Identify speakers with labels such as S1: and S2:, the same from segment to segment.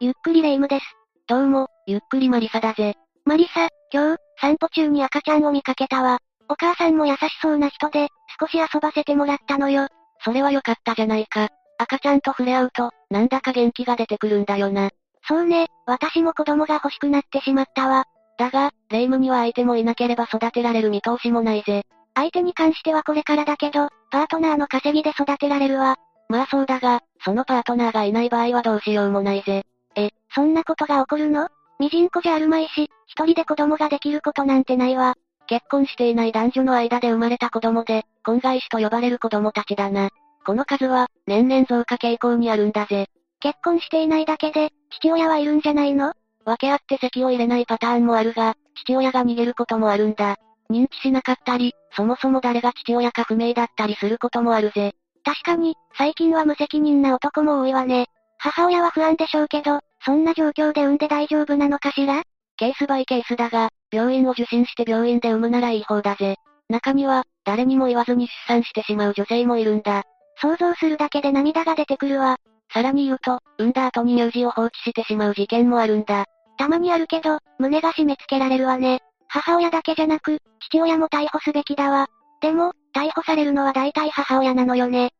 S1: ゆっくりレ夢ムです。
S2: どうも、ゆっくりマリサだぜ。
S1: マリサ、今日、散歩中に赤ちゃんを見かけたわ。お母さんも優しそうな人で、少し遊ばせてもらったのよ。
S2: それは良かったじゃないか。赤ちゃんと触れ合うと、なんだか元気が出てくるんだよな。
S1: そうね、私も子供が欲しくなってしまったわ。
S2: だが、レ夢ムには相手もいなければ育てられる見通しもないぜ。
S1: 相手に関してはこれからだけど、パートナーの稼ぎで育てられるわ。
S2: まあそうだが、そのパートナーがいない場合はどうしようもないぜ。
S1: え、そんなことが起こるのミジンコじゃあるまいし、一人で子供ができることなんてないわ。
S2: 結婚していない男女の間で生まれた子供で、婚外子と呼ばれる子供たちだな。この数は、年々増加傾向にあるんだぜ。
S1: 結婚していないだけで、父親はいるんじゃないの
S2: 分け合って席を入れないパターンもあるが、父親が逃げることもあるんだ。認知しなかったり、そもそも誰が父親か不明だったりすることもあるぜ。
S1: 確かに、最近は無責任な男も多いわね。母親は不安でしょうけど、そんな状況で産んで大丈夫なのかしら
S2: ケースバイケースだが、病院を受診して病院で産むならいい方だぜ。中には、誰にも言わずに出産してしまう女性もいるんだ。
S1: 想像するだけで涙が出てくるわ。
S2: さらに言うと、産んだ後に乳児を放置してしまう事件もあるんだ。
S1: たまにあるけど、胸が締め付けられるわね。母親だけじゃなく、父親も逮捕すべきだわ。でも、逮捕されるのは大体母親なのよね。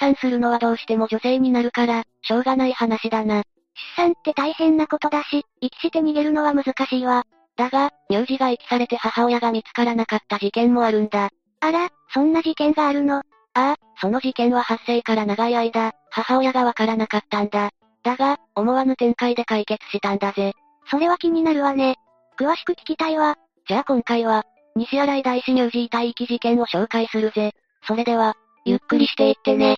S2: 出産するのはどうしても女性になるから、しょうがない話だな。
S1: 出産って大変なことだし、遺棄して逃げるのは難しいわ。
S2: だが、乳児が遺棄されて母親が見つからなかった事件もあるんだ。
S1: あら、そんな事件があるの。
S2: ああ、その事件は発生から長い間、母親がわからなかったんだ。だが、思わぬ展開で解決したんだぜ。
S1: それは気になるわね。詳しく聞きたいわ。
S2: じゃあ今回は、西新井大師乳児遺体遺棄事件を紹介するぜ。それでは、ゆっくりしていってね。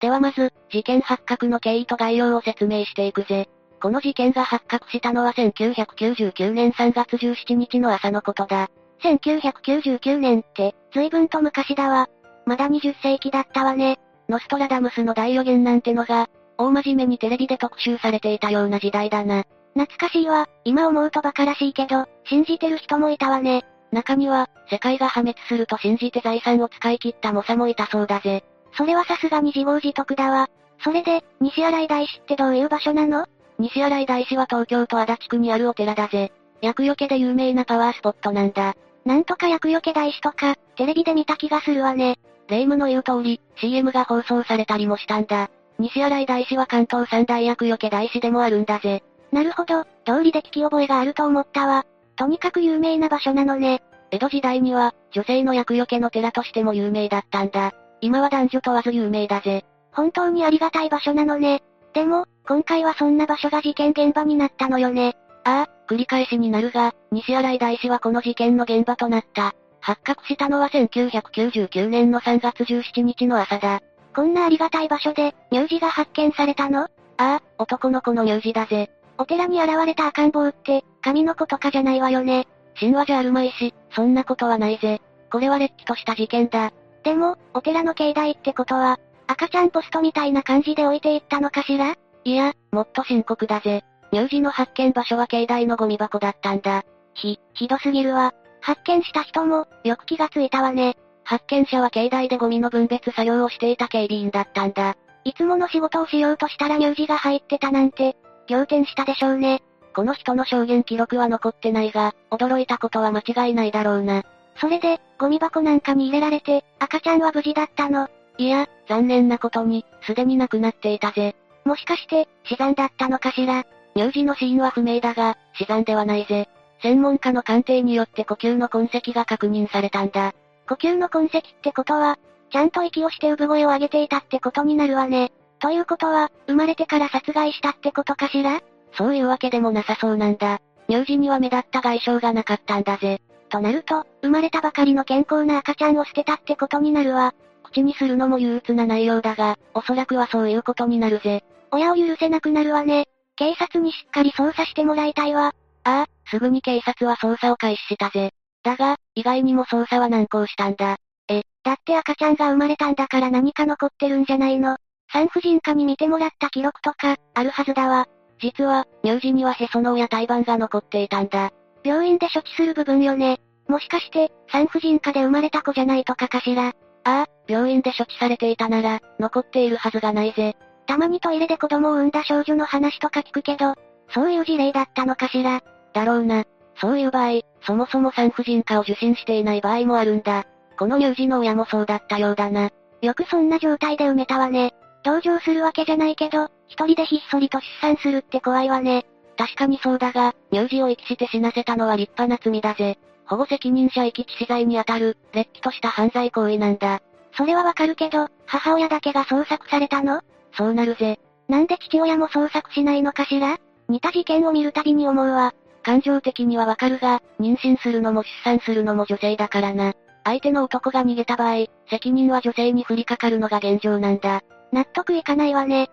S2: ではまず、事件発覚の経緯と概要を説明していくぜ。この事件が発覚したのは1999年3月17日の朝のことだ。
S1: 1999年って、随分と昔だわ。まだ20世紀だったわね。
S2: ノストラダムスの大予言なんてのが、大真面目にテレビで特集されていたような時代だな。
S1: 懐かしいわ、今思うと馬鹿らしいけど、信じてる人もいたわね。
S2: 中には、世界が破滅すると信じて財産を使い切った猛者もいたそうだぜ。
S1: それはさすがに自業自得だわ。それで、西新井大師ってどういう場所なの
S2: 西新井大師は東京都足立区にあるお寺だぜ。厄除けで有名なパワースポットなんだ。
S1: なんとか厄除け大師とか、テレビで見た気がするわね。
S2: 霊夢の言う通り、CM が放送されたりもしたんだ。西新井大師は関東三大厄除け大師でもあるんだぜ。
S1: なるほど、道理で聞き覚えがあると思ったわ。とにかく有名な場所なのね。
S2: 江戸時代には、女性の厄除けの寺としても有名だったんだ。今は男女問わず有名だぜ。
S1: 本当にありがたい場所なのね。でも、今回はそんな場所が事件現場になったのよね。
S2: ああ、繰り返しになるが、西新井大師はこの事件の現場となった。発覚したのは1999年の3月17日の朝だ。
S1: こんなありがたい場所で、乳児が発見されたのあ
S2: あ、男の子の乳児だぜ。
S1: お寺に現れた赤ん坊って、神の子とかじゃないわよね。
S2: 神話じゃあるまいし、そんなことはないぜ。これはれっきとした事件だ。
S1: でも、お寺の境内ってことは、赤ちゃんポストみたいな感じで置いていったのかしら
S2: いや、もっと深刻だぜ。乳児の発見場所は境内のゴミ箱だったんだ。
S1: ひ、ひどすぎるわ。発見した人も、よく気がついたわね。
S2: 発見者は境内でゴミの分別作業をしていた警備員だったんだ。
S1: いつもの仕事をしようとしたら乳児が入ってたなんて、仰天したでしょうね。
S2: この人の証言記録は残ってないが、驚いたことは間違いないだろうな。
S1: それで、ゴミ箱なんかに入れられて、赤ちゃんは無事だったの。
S2: いや、残念なことに、すでに亡くなっていたぜ。
S1: もしかして、死産だったのかしら。
S2: 乳児の死因は不明だが、死産ではないぜ。専門家の鑑定によって呼吸の痕跡が確認されたんだ。
S1: 呼吸の痕跡ってことは、ちゃんと息をして産声を上げていたってことになるわね。ということは、生まれてから殺害したってことかしら
S2: そういうわけでもなさそうなんだ。乳児には目立った外傷がなかったんだぜ。
S1: となると、生まれたばかりの健康な赤ちゃんを捨てたってことになるわ。
S2: 口にするのも憂鬱な内容だが、おそらくはそういうことになるぜ。
S1: 親を許せなくなるわね。警察にしっかり捜査してもらいたいわ。
S2: ああ、すぐに警察は捜査を開始したぜ。だが、意外にも捜査は難航したんだ。
S1: え、だって赤ちゃんが生まれたんだから何か残ってるんじゃないの産婦人科に見てもらった記録とか、あるはずだわ。
S2: 実は、乳児にはへその緒や胎盤が残っていたんだ。
S1: 病院で処置する部分よね。もしかして、産婦人科で生まれた子じゃないとかかしら。
S2: ああ、病院で処置されていたなら、残っているはずがないぜ。
S1: たまにトイレで子供を産んだ少女の話とか聞くけど、そういう事例だったのかしら。
S2: だろうな。そういう場合、そもそも産婦人科を受診していない場合もあるんだ。この乳児の親もそうだったようだな。
S1: よくそんな状態で埋めたわね。同情するわけじゃないけど、一人でひっそりと出産するって怖いわね。
S2: 確かにそうだが、乳児を遺棄して死なせたのは立派な罪だぜ。保護責任者遺棄致死罪にあたる、れっきとした犯罪行為なんだ。
S1: それはわかるけど、母親だけが捜索されたの
S2: そうなるぜ。
S1: なんで父親も捜索しないのかしら似た事件を見るたびに思うわ。
S2: 感情的にはわかるが、妊娠するのも出産するのも女性だからな。相手の男が逃げた場合、責任は女性に降りかかるのが現状なんだ。
S1: 納得いかないわね。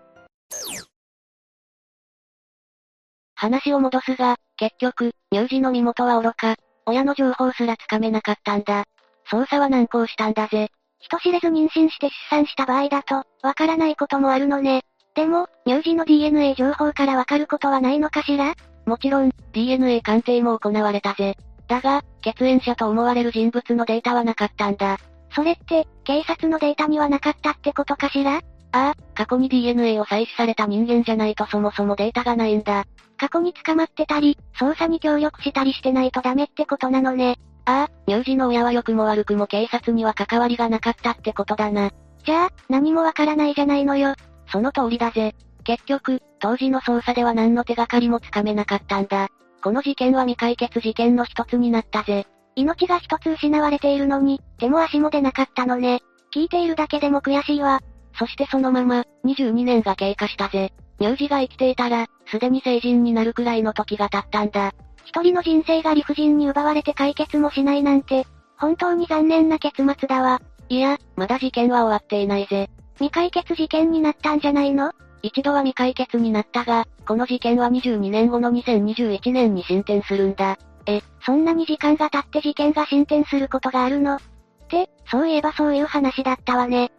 S2: 話を戻すが、結局、乳児の身元は愚か、親の情報すらつかめなかったんだ。捜査は難航したんだぜ。
S1: 人知れず妊娠して出産した場合だと、わからないこともあるのね。でも、乳児の DNA 情報からわかることはないのかしら
S2: もちろん、DNA 鑑定も行われたぜ。だが、血縁者と思われる人物のデータはなかったんだ。
S1: それって、警察のデータにはなかったってことかしら
S2: ああ、過去に DNA を採取された人間じゃないとそもそもデータがないんだ。
S1: 過去に捕まってたり、捜査に協力したりしてないとダメってことなのね。
S2: ああ、乳児の親は良くも悪くも警察には関わりがなかったってことだな。
S1: じゃあ、何もわからないじゃないのよ。
S2: その通りだぜ。結局、当時の捜査では何の手がかりもつかめなかったんだ。この事件は未解決事件の一つになったぜ。
S1: 命が一つ失われているのに、手も足も出なかったのね。聞いているだけでも悔しいわ。
S2: そしてそのまま、22年が経過したぜ。乳児が生きていたら、すでに成人になるくらいの時が経ったんだ。
S1: 一人の人生が理不尽に奪われて解決もしないなんて、本当に残念な結末だわ。
S2: いや、まだ事件は終わっていないぜ。
S1: 未解決事件になったんじゃないの
S2: 一度は未解決になったが、この事件は22年後の2021年に進展するんだ。
S1: え、そんなに時間が経って事件が進展することがあるのって、そういえばそういう話だったわね。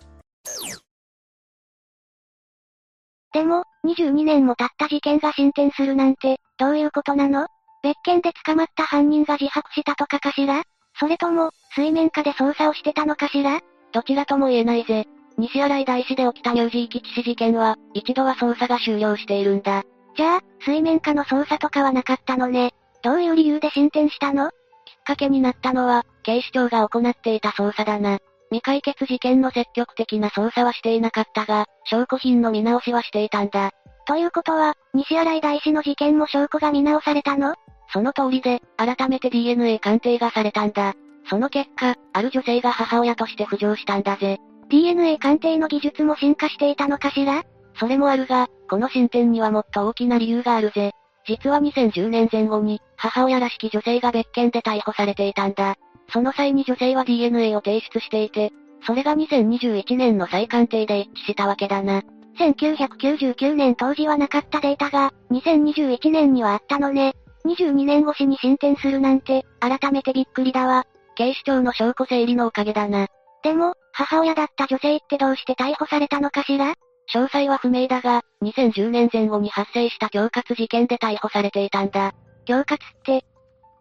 S1: でも、22年も経った事件が進展するなんて、どういうことなの別件で捕まった犯人が自白したとかかしらそれとも、水面下で捜査をしてたのかしら
S2: どちらとも言えないぜ。西新井大師で起きた乳児遺棄致死事件は、一度は捜査が終了しているんだ。
S1: じゃあ、水面下の捜査とかはなかったのね。どういう理由で進展したのきっ
S2: かけになったのは、警視庁が行っていた捜査だな。未解決事件の積極的な捜査はしていなかったが、証拠品の見直しはしていたんだ。
S1: ということは、西新井大師の事件も証拠が見直されたの
S2: その通りで、改めて DNA 鑑定がされたんだ。その結果、ある女性が母親として浮上したんだぜ。
S1: DNA 鑑定の技術も進化していたのかしら
S2: それもあるが、この進展にはもっと大きな理由があるぜ。実は2010年前後に、母親らしき女性が別件で逮捕されていたんだ。その際に女性は DNA を提出していて、それが2021年の再鑑定で一致したわけだな。
S1: 1999年当時はなかったデータが、2021年にはあったのね。22年越しに進展するなんて、改めてびっくりだわ。
S2: 警視庁の証拠整理のおかげだな。
S1: でも、母親だった女性ってどうして逮捕されたのかしら
S2: 詳細は不明だが、2010年前後に発生した恐喝事件で逮捕されていたんだ。
S1: 恐喝って、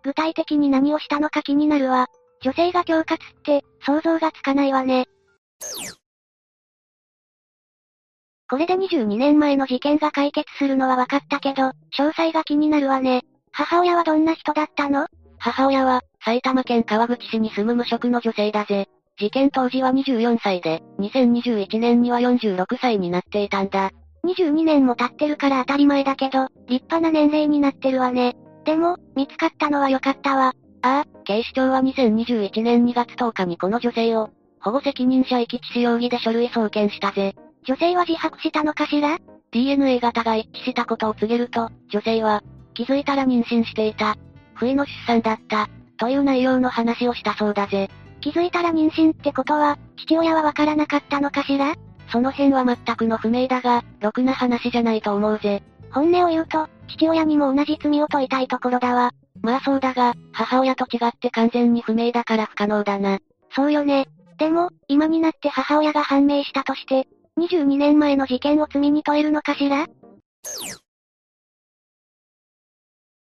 S1: 具体的に何をしたのか気になるわ。女性が恐喝って、想像がつかないわね。これで22年前の事件が解決するのは分かったけど、詳細が気になるわね。母親はどんな人だったの
S2: 母親は、埼玉県川口市に住む無職の女性だぜ。事件当時は24歳で、2021年には46歳になっていたんだ。
S1: 22年も経ってるから当たり前だけど、立派な年齢になってるわね。でも、見つかったのは良かったわ。
S2: ああ、警視庁は2021年2月10日にこの女性を、保護責任者遺棄致死容疑で書類送検したぜ。
S1: 女性は自白したのかしら
S2: ?DNA 型が一致したことを告げると、女性は、気づいたら妊娠していた。不意の出産だった。という内容の話をしたそうだぜ。
S1: 気づいたら妊娠ってことは、父親はわからなかったのかしら
S2: その辺は全くの不明だが、ろくな話じゃないと思うぜ。
S1: 本音を言うと、父親にも同じ罪を問いたいところだわ。
S2: まあそうだが、母親と違って完全に不明だから不可能だな。
S1: そうよね。でも、今になって母親が判明したとして、22年前の事件を罪に問えるのかしら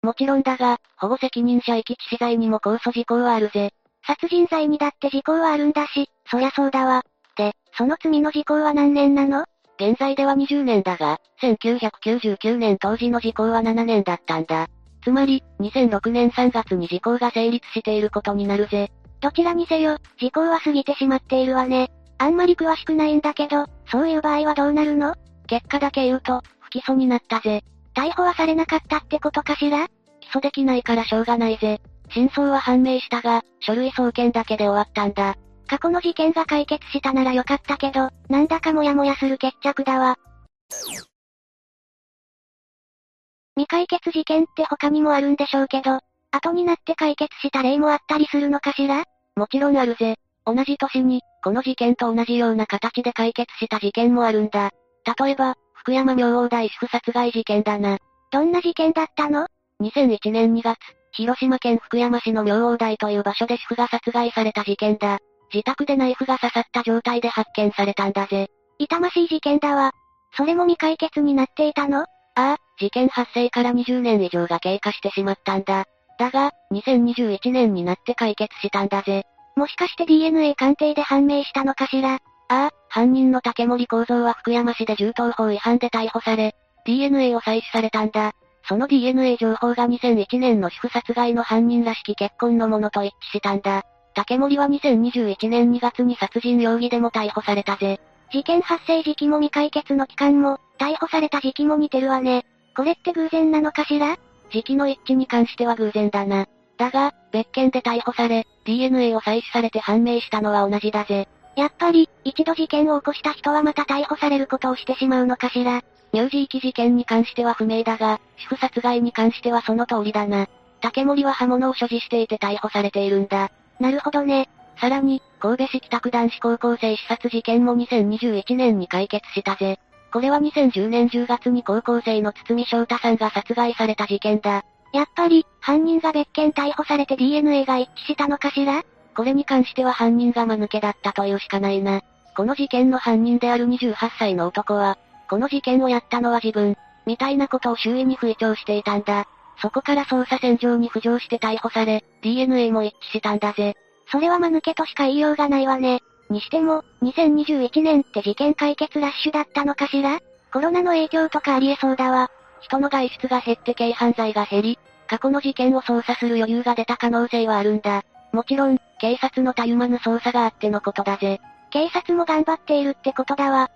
S2: もちろんだが、保護責任者遺棄致死罪にも控訴事項はあるぜ。
S1: 殺人罪にだって時効はあるんだし、そりゃそうだわ。で、その罪の時効は何年なの
S2: 現在では20年だが、1999年当時の時効は7年だったんだ。つまり、2006年3月に時効が成立していることになるぜ。
S1: どちらにせよ、時効は過ぎてしまっているわね。あんまり詳しくないんだけど、そういう場合はどうなるの
S2: 結果だけ言うと、不起訴になったぜ。
S1: 逮捕はされなかったってことかしら
S2: 起訴できないからしょうがないぜ。真相は判明したが、書類送検だけで終わったんだ。
S1: 過去の事件が解決したならよかったけど、なんだかモヤモヤする決着だわ。未解決事件って他にもあるんでしょうけど、後になって解決した例もあったりするのかしら
S2: もちろんあるぜ。同じ年に、この事件と同じような形で解決した事件もあるんだ。例えば、福山明王大主婦殺害事件だな。
S1: どんな事件だったの
S2: ?2001 年2月、広島県福山市の明王台という場所で主婦が殺害された事件だ。自宅でナイフが刺さった状態で発見されたんだぜ。
S1: 痛ましい事件だわ。それも未解決になっていたのあ
S2: あ、事件発生から20年以上が経過してしまったんだ。だが、2021年になって解決したんだぜ。
S1: もしかして DNA 鑑定で判明したのかしらあ
S2: あ、犯人の竹森幸三は福山市で銃刀法違反で逮捕され、DNA を採取されたんだ。その DNA 情報が2001年の主婦殺害の犯人らしき結婚のものと一致したんだ。竹森は2021年2月に殺人容疑でも逮捕されたぜ。
S1: 事件発生時期も未解決の期間も、逮捕された時期も似てるわね。これって偶然なのかしら
S2: 時期の一致に関しては偶然だな。だが、別件で逮捕され、DNA を採取されて判明したのは同じだぜ。
S1: やっぱり、一度事件を起こした人はまた逮捕されることをしてしまうのかしら。
S2: 乳児遺棄事件に関しては不明だが、主婦殺害に関してはその通りだな。竹森は刃物を所持していて逮捕されているんだ。
S1: なるほどね。
S2: さらに、神戸市北区男子高校生刺殺事件も2021年に解決したぜ。これは2010年10月に高校生の堤翔太さんが殺害された事件だ。
S1: やっぱり、犯人が別件逮捕されて DNA が一致したのかしら
S2: これに関しては犯人が間抜けだったというしかないな。この事件の犯人である28歳の男は、この事件をやったのは自分、みたいなことを周囲に吹聴していたんだ。そこから捜査線上に浮上して逮捕され、DNA も一致したんだぜ。
S1: それは間抜けとしか言いようがないわね。にしても、2021年って事件解決ラッシュだったのかしらコロナの影響とかありえそうだわ。
S2: 人の外出が減って軽犯罪が減り、過去の事件を捜査する余裕が出た可能性はあるんだ。もちろん、警察のたゆまぬ捜査があってのことだぜ。
S1: 警察も頑張っているってことだわ。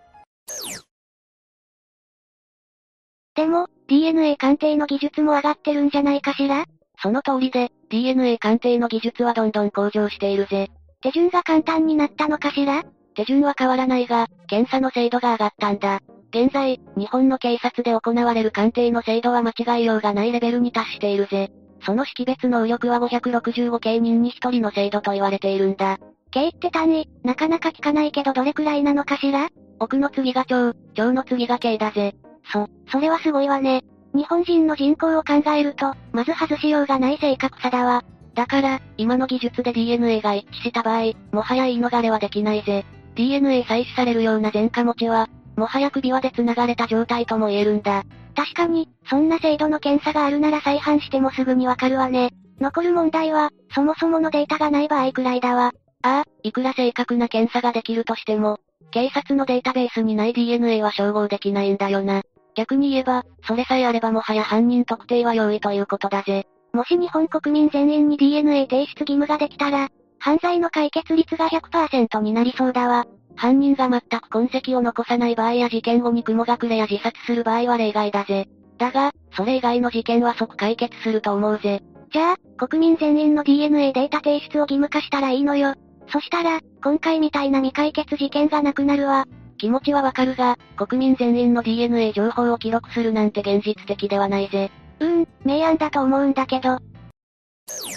S1: でも、DNA 鑑定の技術も上がってるんじゃないかしら
S2: その通りで、DNA 鑑定の技術はどんどん向上しているぜ。
S1: 手順が簡単になったのかしら
S2: 手順は変わらないが、検査の精度が上がったんだ。現在、日本の警察で行われる鑑定の精度は間違いようがないレベルに達しているぜ。その識別能力は565系人に1人の精度と言われているんだ。
S1: 系って単位、なかなか聞かないけどどれくらいなのかしら
S2: 奥の次が腸、腸の次が系だぜ。
S1: そ、それはすごいわね。日本人の人口を考えると、まず外しようがない正確さだわ。
S2: だから、今の技術で DNA が一致した場合、もはや言い逃れはできないぜ。DNA 採取されるような前科持ちは、もはや首輪で繋がれた状態とも言えるんだ。
S1: 確かに、そんな精度の検査があるなら再犯してもすぐにわかるわね。残る問題は、そもそものデータがない場合くらいだわ。
S2: ああ、いくら正確な検査ができるとしても、警察のデータベースにない DNA は照合できないんだよな。逆に言えば、それさえあればもはや犯人特定は容易ということだぜ。
S1: もし日本国民全員に DNA 提出義務ができたら、犯罪の解決率が100%になりそうだわ。
S2: 犯人が全く痕跡を残さない場合や事件後に雲隠れや自殺する場合は例外だぜ。だが、それ以外の事件は即解決すると思うぜ。
S1: じゃあ、国民全員の DNA データ提出を義務化したらいいのよ。そしたら、今回みたいな未解決事件がなくなるわ。
S2: 気持ちはわかるが、国民全員の DNA 情報を記録するなんて現実的ではないぜ。
S1: うーん、明暗だと思うんだけど。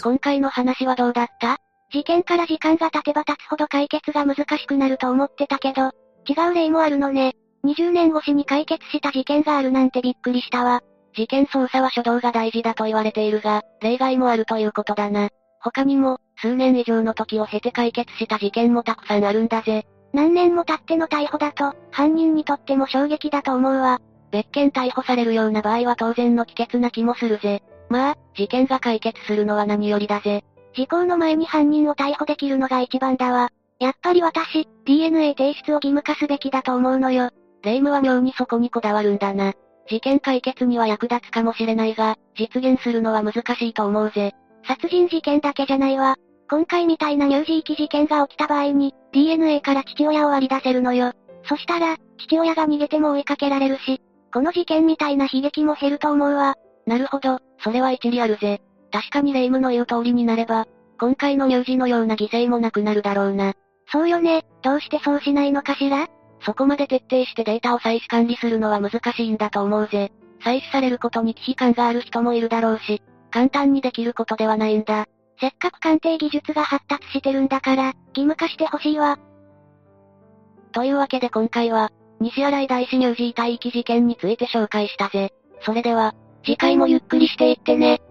S2: 今回の話はどうだった
S1: 事件から時間が経てば経つほど解決が難しくなると思ってたけど、違う例もあるのね。20年越しに解決した事件があるなんてびっくりしたわ。
S2: 事件捜査は初動が大事だと言われているが、例外もあるということだな。他にも、数年以上の時を経て解決した事件もたくさんあるんだぜ。
S1: 何年も経っての逮捕だと、犯人にとっても衝撃だと思うわ。
S2: 別件逮捕されるような場合は当然の帰結な気もするぜ。まあ、事件が解決するのは何よりだぜ。
S1: 時効の前に犯人を逮捕できるのが一番だわ。やっぱり私、DNA 提出を義務化すべきだと思うのよ。
S2: 霊夢は妙にそこにこだわるんだな。事件解決には役立つかもしれないが、実現するのは難しいと思うぜ。
S1: 殺人事件だけじゃないわ。今回みたいな乳児遺棄事件が起きた場合に、DNA から父親を割り出せるのよ。そしたら、父親が逃げても追いかけられるし、この事件みたいな悲劇も減ると思うわ。
S2: なるほど、それは一理あるぜ。確かに霊夢の言う通りになれば、今回の乳児のような犠牲もなくなるだろうな。
S1: そうよね、どうしてそうしないのかしら
S2: そこまで徹底してデータを採取管理するのは難しいんだと思うぜ。採取されることに危機感がある人もいるだろうし、簡単にできることではないんだ。
S1: せっかく鑑定技術が発達してるんだから、義務化してほしいわ。
S2: というわけで今回は、西新井大師乳児遺体遺棄事件について紹介したぜ。それでは、
S1: 次回もゆっくりしていってね。